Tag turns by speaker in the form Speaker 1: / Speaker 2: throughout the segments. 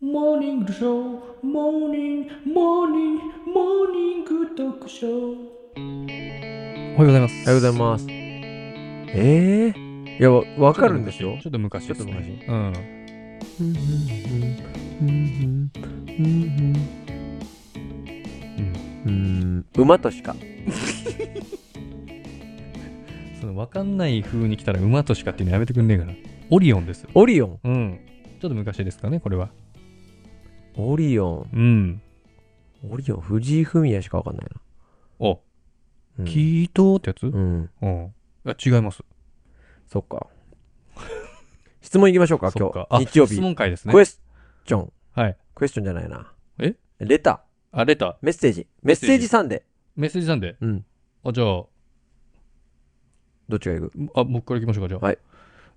Speaker 1: モーニングショーモーニングモーニングモーニング読書
Speaker 2: おはようございます。
Speaker 3: おはようございます。ええいや、わわかるんですよ
Speaker 2: ち。ょっと昔です
Speaker 3: ちょっと
Speaker 2: ね。うん。
Speaker 3: うん、馬と鹿。
Speaker 2: その、わかんない風に来たら馬としかっていうのやめてくんねえから。オリオンです。
Speaker 3: オリオン。
Speaker 2: うん。ちょっと昔ですかね、これは。
Speaker 3: オリオ
Speaker 2: うん。
Speaker 3: ン。オリオン。藤井フミヤしかわかんないな。
Speaker 2: お、
Speaker 3: うん、
Speaker 2: キートーってやつ
Speaker 3: うん。
Speaker 2: うん。あ、違います。
Speaker 3: そっか。 質問いきましょうか、
Speaker 2: そ
Speaker 3: 今
Speaker 2: っかあ
Speaker 3: 日。日曜日
Speaker 2: 質。問会ですね
Speaker 3: ク。エスチョン。
Speaker 2: はい。
Speaker 3: クエスチョンじゃないな。
Speaker 2: え
Speaker 3: レター。
Speaker 2: あ、レター。
Speaker 3: メッセージ。メッセージサンデ
Speaker 2: メッセージさんで。
Speaker 3: ー。うん。
Speaker 2: あ、じゃあ、
Speaker 3: どっちがいく
Speaker 2: あ、僕から行きましょうか、じゃあ。
Speaker 3: はい。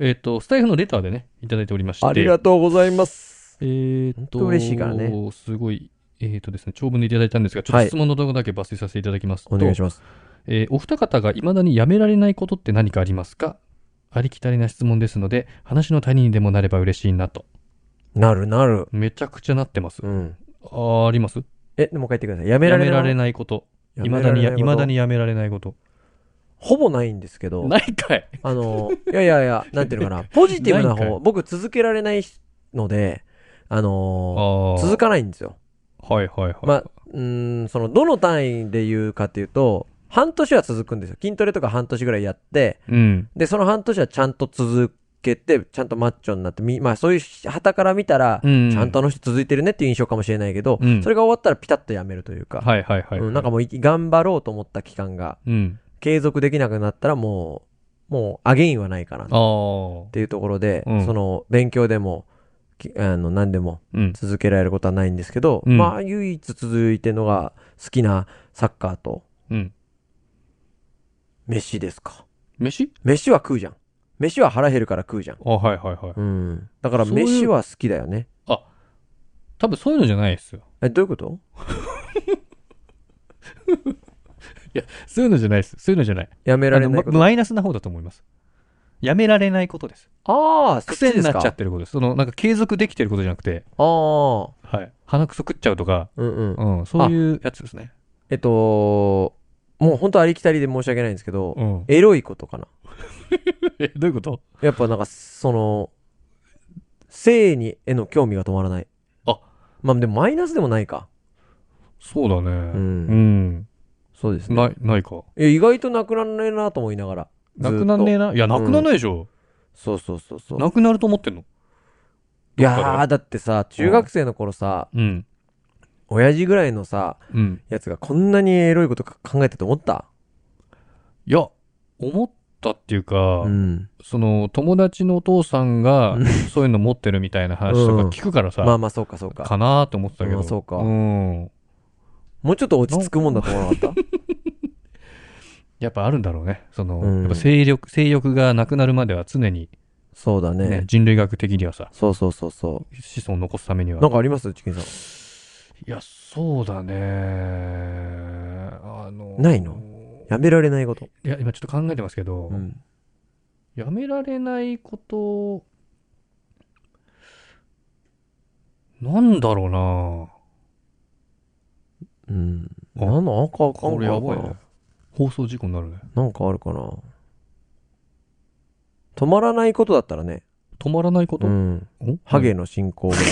Speaker 2: えっと、スタイフのレターでね、いただいておりまして。
Speaker 3: ありがとうございます。
Speaker 2: えー、っと、
Speaker 3: 本当嬉しいからね。
Speaker 2: すごい、えー、っとですね、長文でいただいたんですが、ちょっ
Speaker 3: は
Speaker 2: と
Speaker 3: い
Speaker 2: 質問のとこだけ抜粋させていただきますと、
Speaker 3: お願いします。
Speaker 2: えーお二方が未だにやめられないことって何かありますかありきたりな質問ですので、話の谷にでもなれば嬉しいなと。
Speaker 3: なるなる。
Speaker 2: めちゃくちゃなってます。
Speaker 3: うん。
Speaker 2: あーあります
Speaker 3: え、でも書いてください。やめ
Speaker 2: や
Speaker 3: られ
Speaker 2: め
Speaker 3: な
Speaker 2: ら
Speaker 3: い。
Speaker 2: れないこと。
Speaker 3: や
Speaker 2: いま
Speaker 3: めら
Speaker 2: だ
Speaker 3: れ
Speaker 2: に
Speaker 3: な
Speaker 2: や、
Speaker 3: い
Speaker 2: いまだにやめられないこと。
Speaker 3: ほぼないんですけど。
Speaker 2: ないかい。
Speaker 3: あの、いやいや いや、なんていうのかな、ポジティブな
Speaker 2: ないんか
Speaker 3: 方、僕続けられないので、あの
Speaker 2: あ
Speaker 3: ー
Speaker 2: あ。
Speaker 3: 続かないんですよ。
Speaker 2: はいはいはい。
Speaker 3: まあ、うーん、その、どの単位で言うかっていうと、半年は続くんですよ。筋トレとか半年ぐらいやって、
Speaker 2: うん。
Speaker 3: で、その半年はちゃんと続けて、ちゃんとマッチョになって、みまあそういう、旗から見たら、
Speaker 2: うん。
Speaker 3: ちゃんとあの人続いてるねっていう印象かもしれないけど、
Speaker 2: うん
Speaker 3: それが終わったらピタッとやめるというか、
Speaker 2: はいはいはい。
Speaker 3: うん、なんかもうい頑張ろうと思った期間が
Speaker 2: うん。
Speaker 3: 継続できなくなったらもう、もうアゲインはないかな
Speaker 2: ああ
Speaker 3: っ。ていうところで、
Speaker 2: うん
Speaker 3: その勉強でもきあの何でも
Speaker 2: うん。
Speaker 3: 続けられることはないんですけど、
Speaker 2: うん
Speaker 3: まあ唯一続いてるのが好きなサッカーと
Speaker 2: うん。
Speaker 3: 飯ですか
Speaker 2: 飯
Speaker 3: 飯は食うじゃん飯は腹減るから食うじゃん
Speaker 2: あ、はいはいはい。
Speaker 3: うんだから
Speaker 2: そういう
Speaker 3: 飯は好きだよね
Speaker 2: 多分そういうのじゃないですよ。
Speaker 3: えどういうこと
Speaker 2: そういうのじゃないです。そういうのじゃない。
Speaker 3: やめられな
Speaker 2: あ
Speaker 3: いこと
Speaker 2: のママイナスな方だと思います。やめられないことです。
Speaker 3: ああそっ
Speaker 2: 癖
Speaker 3: ち
Speaker 2: に
Speaker 3: です
Speaker 2: な
Speaker 3: か
Speaker 2: っちゃってることです。その、なんか継続できてることじゃなくて、
Speaker 3: ああ
Speaker 2: はい。鼻くそ食っちゃうとか、
Speaker 3: うんうん
Speaker 2: うん、そういうやつですね。
Speaker 3: えっともう本当ありきたりで申し訳ないんですけど、
Speaker 2: うん。
Speaker 3: エロいことかな
Speaker 2: え、どういうこと
Speaker 3: やっぱなんか、その、性に、への興味が止まらない。
Speaker 2: あ
Speaker 3: まあでもマイナスでもないか。
Speaker 2: そうだね。
Speaker 3: う。
Speaker 2: うんん。
Speaker 3: そうですね。
Speaker 2: ない、ないか。
Speaker 3: いや意外となくなんねえなと思いながら。
Speaker 2: なくなんねえ
Speaker 3: な。
Speaker 2: な。いや、なくなんないでしょ。
Speaker 3: そうそうそうそう。
Speaker 2: なくなると思ってんの。
Speaker 3: い
Speaker 2: どっか
Speaker 3: や
Speaker 2: で
Speaker 3: ー、だってさ、中学生の頃さ、
Speaker 2: うん。
Speaker 3: 親父ぐらいのさ、
Speaker 2: うん。
Speaker 3: やつがこんなにエロいことか考えてて思った
Speaker 2: いや、思ったっていうか、
Speaker 3: うん。
Speaker 2: その、友達のお父さんが、そういうの持ってるみたいな話とか聞くからさ、
Speaker 3: まあまあ、そうかそうか。
Speaker 2: かなーって思ってたけ
Speaker 3: ま
Speaker 2: ど。
Speaker 3: あそうか
Speaker 2: うん。
Speaker 3: もうちょっと落ち着くもんだと思わなかった
Speaker 2: やっぱあるんだろうね。その、
Speaker 3: うん
Speaker 2: やっぱ性欲、性欲がなくなるまでは常に、
Speaker 3: そうだ
Speaker 2: ね、
Speaker 3: ね。
Speaker 2: 人類学的にはさ、
Speaker 3: そうそうそうそ
Speaker 2: 子孫を残すために
Speaker 3: う。
Speaker 2: は。
Speaker 3: なんかありますチキンさん。
Speaker 2: いや、そうだね。あの
Speaker 3: ないのやめられないこと。
Speaker 2: いや、今ちょっと考えてますけど、
Speaker 3: うん。
Speaker 2: やめられないこと、なんだろうな
Speaker 3: うん。
Speaker 2: あ
Speaker 3: なんの赤か
Speaker 2: これやばいね。放送事故になるね。
Speaker 3: なんかあるかな止まらないことだったらね。
Speaker 2: 止まらないこと、
Speaker 3: うん。
Speaker 2: お
Speaker 3: ハ
Speaker 2: い
Speaker 3: ゲの進行ぐらい。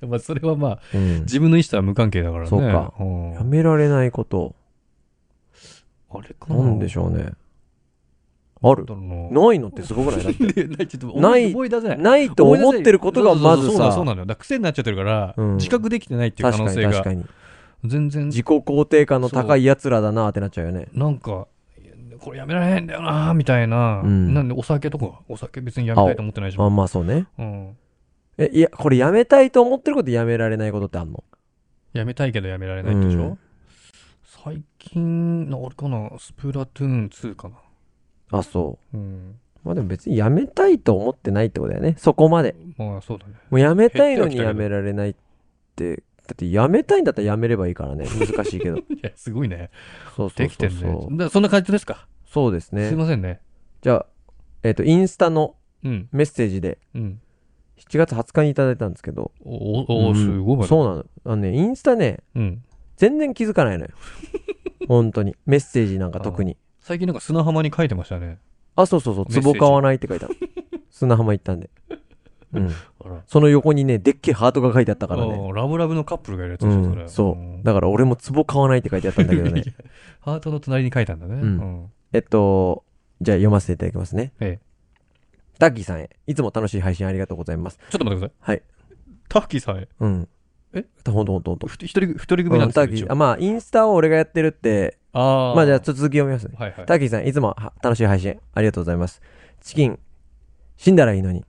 Speaker 2: やまあ、それはまあ、
Speaker 3: うん、
Speaker 2: 自分の意思とは無関係だからね。
Speaker 3: そうか
Speaker 2: ん
Speaker 3: やめられないこと。
Speaker 2: あれか
Speaker 3: な
Speaker 2: な。
Speaker 3: んでしょうね。ある
Speaker 2: だろうな
Speaker 3: ないのってすごくな いだって。
Speaker 2: でないちょっと
Speaker 3: ない
Speaker 2: 思い出せない。
Speaker 3: ないと思ってることがまず
Speaker 2: そうそうそうそうなのそう
Speaker 3: さ、
Speaker 2: なのよ。だから癖になっちゃってるから、
Speaker 3: うん
Speaker 2: 自覚できてないっていう可
Speaker 3: 確
Speaker 2: 能
Speaker 3: かに
Speaker 2: 性
Speaker 3: 確
Speaker 2: が
Speaker 3: か。に。
Speaker 2: 全然、
Speaker 3: 自己肯定感の高い奴らだなってなっちゃうよね。
Speaker 2: なんか、これやめられないんだよなみたいな。
Speaker 3: うん
Speaker 2: なんでお酒とか、お酒別にやめたいと思ってないじゃ
Speaker 3: まあ
Speaker 2: ん。
Speaker 3: まあそうね。
Speaker 2: うん。
Speaker 3: え、いや、これやめたいと思ってることやめられないことってあんの
Speaker 2: やめたいけどやめられないでしょ、
Speaker 3: うん
Speaker 2: 最近の、あれかな、スプラトゥーン2かな。
Speaker 3: あ、そ
Speaker 2: うん。
Speaker 3: う。まあでも別にやめたいと思ってないってことだよね。そこまで。
Speaker 2: まあそうだね。
Speaker 3: もうやめたいのに
Speaker 2: 減ってはきたけど
Speaker 3: やめられないって、だってやめたいんだったらやめればいいか らね。難 しいけど。
Speaker 2: いや、すごいね。
Speaker 3: そうそ
Speaker 2: で
Speaker 3: う
Speaker 2: き
Speaker 3: そ
Speaker 2: て
Speaker 3: うん
Speaker 2: ね。
Speaker 3: そ。
Speaker 2: そうだそんな感じですか。
Speaker 3: そうです
Speaker 2: すい
Speaker 3: ね。
Speaker 2: ませんね。
Speaker 3: じゃあ、えっ、と、インスタの
Speaker 2: うん。
Speaker 3: メッセージで、
Speaker 2: うん。
Speaker 3: 7月20日にいただいたんですけど。
Speaker 2: おおおすごい、
Speaker 3: うんそうなの。あのね、インスタね、
Speaker 2: うん。
Speaker 3: 全然気づかないの よ。本当に。メッセージなんか特に。
Speaker 2: 最近なんか砂浜に書いてましたね。
Speaker 3: あ、そうそうそう、
Speaker 2: メッセージ
Speaker 3: 壺買わないって書いた。砂浜行ったんで。うん。
Speaker 2: あら。
Speaker 3: その横にね、でっけえハートが書いてあったからね。
Speaker 2: あラブラブのカップルがいるやつ
Speaker 3: う
Speaker 2: でしょ、それ。。
Speaker 3: ん、そう。だから俺も壺買わないって書いてあったんだけどね
Speaker 2: ハートの隣に書いたんだね。
Speaker 3: うんえっと、じゃあ読ませていただきますね。
Speaker 2: ええ
Speaker 3: タッキーさんへ。いつも楽しい配信ありがとうございます。
Speaker 2: ちょっと待ってください。
Speaker 3: はい。
Speaker 2: タッキーさん、
Speaker 3: うん。
Speaker 2: え
Speaker 3: ほんとほんとほんと。
Speaker 2: ふ一人、一人組
Speaker 3: う
Speaker 2: なん
Speaker 3: ん
Speaker 2: です
Speaker 3: タ
Speaker 2: よ
Speaker 3: ッキ
Speaker 2: 一
Speaker 3: ー、
Speaker 2: 応
Speaker 3: あ、まあ、インスタを俺がやってるって、
Speaker 2: あー
Speaker 3: まあじゃあ、続き読みますね。
Speaker 2: はいはい。
Speaker 3: タッキーさん、いつもは楽しい配信ありがとうございます。チキン、死んだらいいのに。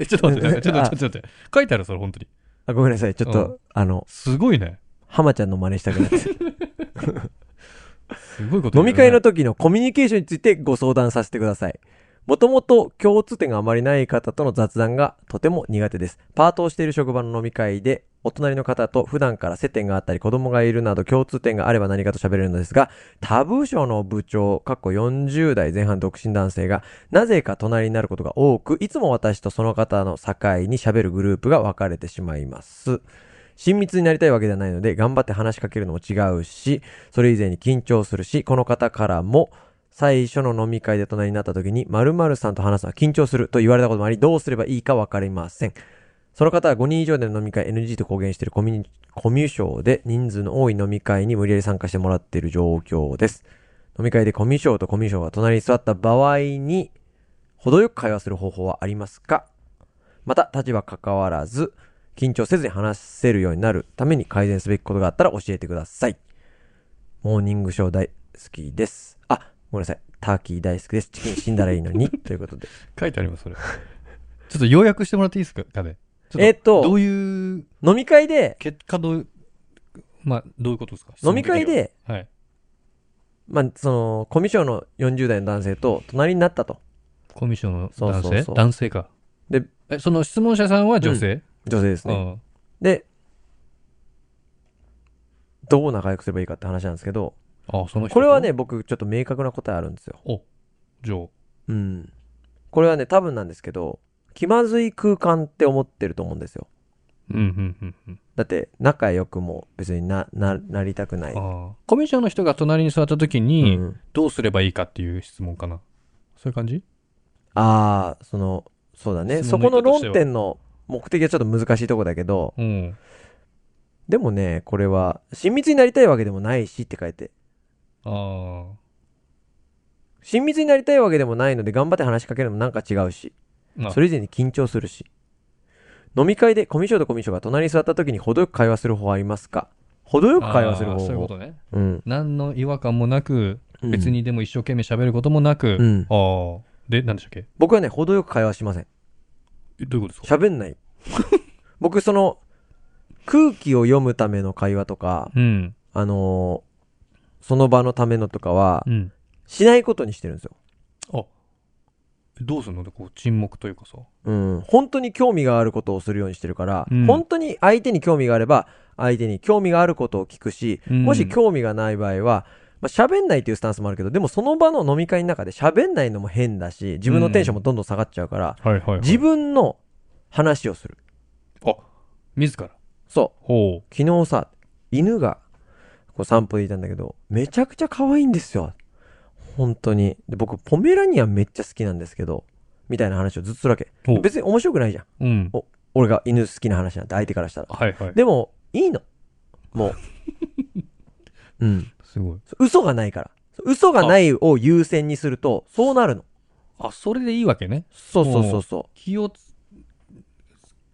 Speaker 2: えちょっと待って、ちょっと
Speaker 3: あ
Speaker 2: 待って、ちょっと待って。書いてある、それ、本当に。
Speaker 3: あ、ごめんなさい。ちょっと、
Speaker 2: う
Speaker 3: あの、
Speaker 2: すごいね。
Speaker 3: 浜ちゃんの真似したくなって。
Speaker 2: すごいこと言うよ
Speaker 3: 飲み
Speaker 2: ね、
Speaker 3: 会の時のコミュニケーションについてご相談させてください。もともと共通点があまりない方との雑談がとても苦手です。パートをしている職場の飲み会で、お隣の方と普段から接点があったり、子供がいるなど共通点があれば何かと喋れるのですが、タブー省の部長、かっこ40代前半独身男性が、なぜか隣になることが多く、いつも私とその方の境に喋るグループが分かれてしまいます。親密になりたいわけではないので、頑張って話しかけるのも違うし、それ以前に緊張するし、この方からも、最初の飲み会で隣になった時に、〇〇さんと話すのは緊張すると言われたこともあり、どうすればいいかわかりません。その方は5人以上での飲み会 NG と公言しているコミュニコミュ障で人数の多い飲み会に無理やり参加してもらっている状況です。飲み会でコミュ障とコミュ障が隣に座った場合に、程よく会話する方法はありますかまた、立場関わらず、緊張せずに話せるようになるために改善すべきことがあったら教えてください。モーニングショー大好きです。あ、ごめんなさい。ターキー大好きです。チキン死んだらいい のに。ということで。
Speaker 2: 書いてあります、それ。ちょっと要約してもらっていいですか、ね
Speaker 3: えっと
Speaker 2: どういう、
Speaker 3: 飲み会で、
Speaker 2: 結果どういう、まあ、どういうことですか
Speaker 3: 飲み会、で、
Speaker 2: 質問的にははい。
Speaker 3: まあ、その、コミュ障の40代の男性と隣になったと。
Speaker 2: コミュ障の男性
Speaker 3: そうそうそう
Speaker 2: 男性か。
Speaker 3: で、
Speaker 2: え、その質問者さんは女性、
Speaker 3: 女性です
Speaker 2: う
Speaker 3: ね。
Speaker 2: ん
Speaker 3: で、どう仲良くすればいいかって話なんですけど、
Speaker 2: あその人と
Speaker 3: これは、ね、僕、ちょっと明確な答えあるんですよ。
Speaker 2: じゃあ
Speaker 3: うん。これはね、多分なんですけど、気まずい空間って思ってると思うんですよ。
Speaker 2: うんうんうんうん。
Speaker 3: だって、仲良くも別にな、な、なりたくない。
Speaker 2: ああコミュ障の人が隣に座った時
Speaker 3: う
Speaker 2: に、
Speaker 3: ん、
Speaker 2: どうすればいいかっていう質問かな。そういう感じ
Speaker 3: ああ、その、そうだね。
Speaker 2: 質
Speaker 3: そ
Speaker 2: 問の
Speaker 3: この
Speaker 2: 意図として
Speaker 3: 論
Speaker 2: は
Speaker 3: 点の目的はちょっと難しいとこだけど、
Speaker 2: うん。
Speaker 3: でもね、これは、親密になりたいわけでもないしって書いて、
Speaker 2: あ
Speaker 3: 親密になりたいわけでもないので頑張って話しかけるのもなんか違うし、
Speaker 2: あ。
Speaker 3: それ以前に緊張するし。飲み会でコミュ障とコミュ障が隣に座った時に程よく会話する方法ありますか程よく会話する
Speaker 2: ああ
Speaker 3: 方
Speaker 2: そういうこ
Speaker 3: 法。
Speaker 2: とね。
Speaker 3: うん。
Speaker 2: 何の違和感もなく、
Speaker 3: うん
Speaker 2: 別。にでも一生懸命喋ることもなく、
Speaker 3: うん
Speaker 2: ああ。で、何でしたっけ
Speaker 3: 僕はね、程よく会話しません。
Speaker 2: えどういうことですか
Speaker 3: 喋んない。 僕、その、空気を読むための会話とか、
Speaker 2: うん。
Speaker 3: あのーその場のためのとかは
Speaker 2: う、ん。
Speaker 3: しないことにしてるんですよ。
Speaker 2: あどうするのこう沈黙というかさ。
Speaker 3: うん。本当に興味があることをするようにしてるから、
Speaker 2: うん
Speaker 3: 本当に相手に興味があれば、相手に興味があることを聞くし、
Speaker 2: うん
Speaker 3: もし興味がない場合は、まあ、喋んないっていうスタンスもあるけど、でもその場の飲み会の中で喋んないのも変だし、自分のテンションもどんどん下がっちゃうから、
Speaker 2: はいはい、
Speaker 3: 自分の話をする。
Speaker 2: あ自ら。
Speaker 3: そう。
Speaker 2: ほ
Speaker 3: 昨日さ、犬がこう散歩でいたんだけど、めちゃくちゃ可愛いんですよ。本当に。で、僕、ポメラニアンめっちゃ好きなんですけど、みたいな話をずっとするわけ。
Speaker 2: う。ほう。
Speaker 3: 別に面白くないじゃん。
Speaker 2: うん。
Speaker 3: お俺が犬好きな話なんて相手からしたら。
Speaker 2: はいはい。
Speaker 3: でも、いいの。もう。うん。
Speaker 2: すごい。
Speaker 3: 嘘がないから。嘘がないを優先にすると、そうなるの。
Speaker 2: あ、それでいいわけね。
Speaker 3: そうそうそうそう。
Speaker 2: 気をつ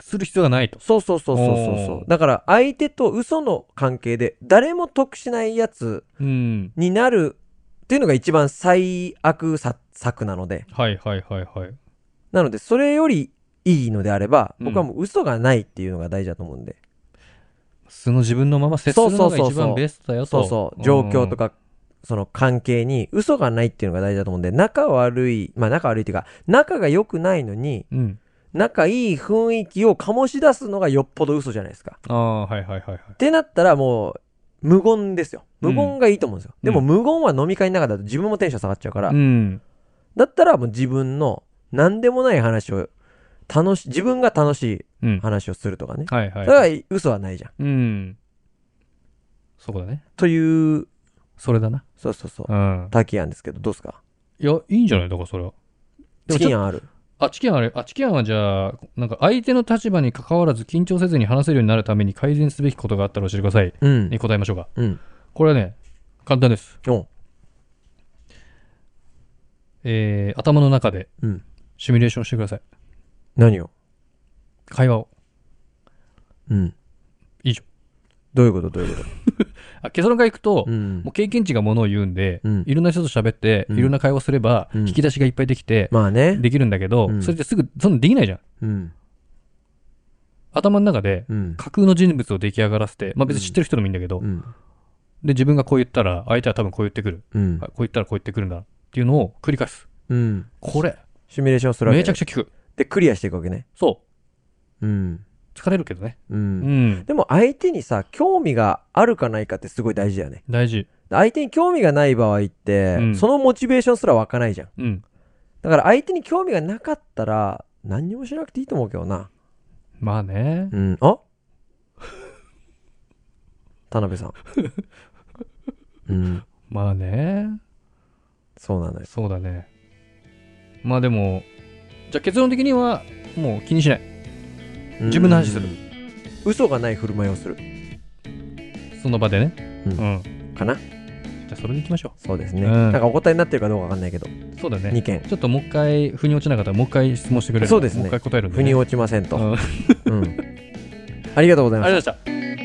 Speaker 2: する必要がないと。
Speaker 3: そうそうそうそうそうそ
Speaker 2: お
Speaker 3: う。だから、相手と嘘の関係で、誰も得しないやつ
Speaker 2: うん。
Speaker 3: になるっていうのが一番最悪さ策なので、
Speaker 2: はいはいはいはい。
Speaker 3: なのでそれよりいいのであれば、
Speaker 2: うん
Speaker 3: 僕はもう嘘がないっていうのが大事だと思うんで、
Speaker 2: 素の自分のまま接するのが
Speaker 3: そうそうそうそう
Speaker 2: 一番ベストだよ
Speaker 3: そ
Speaker 2: と。
Speaker 3: うそう、状況と
Speaker 2: か。
Speaker 3: か、その関係に嘘がないっていうのが大事だと思うんで、仲悪い、まあ仲悪いっていうか、仲が良くないのに、
Speaker 2: うん。
Speaker 3: 仲いい雰囲気を醸し出すのがよっぽど嘘じゃないですか。
Speaker 2: ああ、はいはいはいはい。
Speaker 3: ってなったらもう、無言ですよ。無言がいいと思うんですよ。
Speaker 2: うん
Speaker 3: でも無言は飲み会の中だと自分もテンション下がっちゃうから
Speaker 2: う、ん。
Speaker 3: だったらもう自分の何でもない話を楽し、自分が楽し
Speaker 2: うん
Speaker 3: い。話をするとかね。
Speaker 2: はいはい。
Speaker 3: それは嘘はないじゃん。
Speaker 2: うん。そこだね。
Speaker 3: という、
Speaker 2: それだな。
Speaker 3: そうそうそう
Speaker 2: う。ん。
Speaker 3: ターキーアンですけど、どうっすか
Speaker 2: いや、いいんじゃないだからそれは。で
Speaker 3: チ
Speaker 2: も
Speaker 3: キ
Speaker 2: ちょ
Speaker 3: ンある。
Speaker 2: あ、チキンあれ、あ、チキンはじゃあ、なんか相手の立場に関わらず緊張せずに話せるようになるために改善すべきことがあったら教えてください。
Speaker 3: うん
Speaker 2: に。答えましょうか。
Speaker 3: うん。
Speaker 2: これはね、簡単です。
Speaker 3: お
Speaker 2: えー、頭の中で
Speaker 3: うん。
Speaker 2: シミュレーションしてください。
Speaker 3: 何を
Speaker 2: 会話を。
Speaker 3: うん。
Speaker 2: 以上。
Speaker 3: どういうことどういうこと
Speaker 2: あ結論からいくと、
Speaker 3: うん
Speaker 2: もう。経験値がものを言うんで、
Speaker 3: うん
Speaker 2: いろんな人と喋って、
Speaker 3: うん
Speaker 2: いろんな会話すれば、
Speaker 3: うん
Speaker 2: 引き出しがいっぱいできて、
Speaker 3: まあね。
Speaker 2: できるんだけど、
Speaker 3: うん
Speaker 2: それってすぐ、そんなできないじゃん。
Speaker 3: うん。
Speaker 2: 頭の中で、
Speaker 3: うん。
Speaker 2: 架空の人物を出来上がらせて、まあ別に知ってる人でもいいんだけど、
Speaker 3: うん。
Speaker 2: で、自分がこう言ったら、相手は多分こう言ってくる。
Speaker 3: うん
Speaker 2: あ。こう言ったらこう言ってくるんだ。っていうのを繰り返す。
Speaker 3: うん。
Speaker 2: これ、
Speaker 3: シミュレーションするわけ
Speaker 2: め
Speaker 3: ね
Speaker 2: ちゃくちゃ効く。
Speaker 3: で、クリアしていくわけね。
Speaker 2: そ
Speaker 3: うん。
Speaker 2: う。疲れるけどね。
Speaker 3: う
Speaker 2: うん。
Speaker 3: ん。でも相手にさ、興味があるかないかってすごい大事だよね。
Speaker 2: 大事。
Speaker 3: 相手に興味がない場合って、
Speaker 2: うん
Speaker 3: そのモチベーションすら湧かないじゃん。
Speaker 2: うん。
Speaker 3: だから相手に興味がなかったら、何にもしなくていいと思うけどな。
Speaker 2: まあね。
Speaker 3: うん。あ 田辺さん。 うん。
Speaker 2: まあね。
Speaker 3: そうなのよ。
Speaker 2: そうだね。まあでも、じゃあ結論的には、もう気にしない。
Speaker 3: うん
Speaker 2: 自分の話する。
Speaker 3: 嘘がない振る舞いをする。
Speaker 2: その場でね。
Speaker 3: うん
Speaker 2: うん。
Speaker 3: かな
Speaker 2: じゃあそれでいきましょ
Speaker 3: そうですね。
Speaker 2: うん
Speaker 3: なんかお答えになってるかどうかわかんないけど、
Speaker 2: う。そうだね。
Speaker 3: 2件。
Speaker 2: ちょっともう一回、腑に落ちなかったらもう一回質問してくれる
Speaker 3: そうですね
Speaker 2: もう一回答えるんで、
Speaker 3: 腑
Speaker 2: ね。
Speaker 3: に落ちません
Speaker 2: う
Speaker 3: と。
Speaker 2: んあ
Speaker 3: うん。ありがとうございました
Speaker 2: りがとうございました。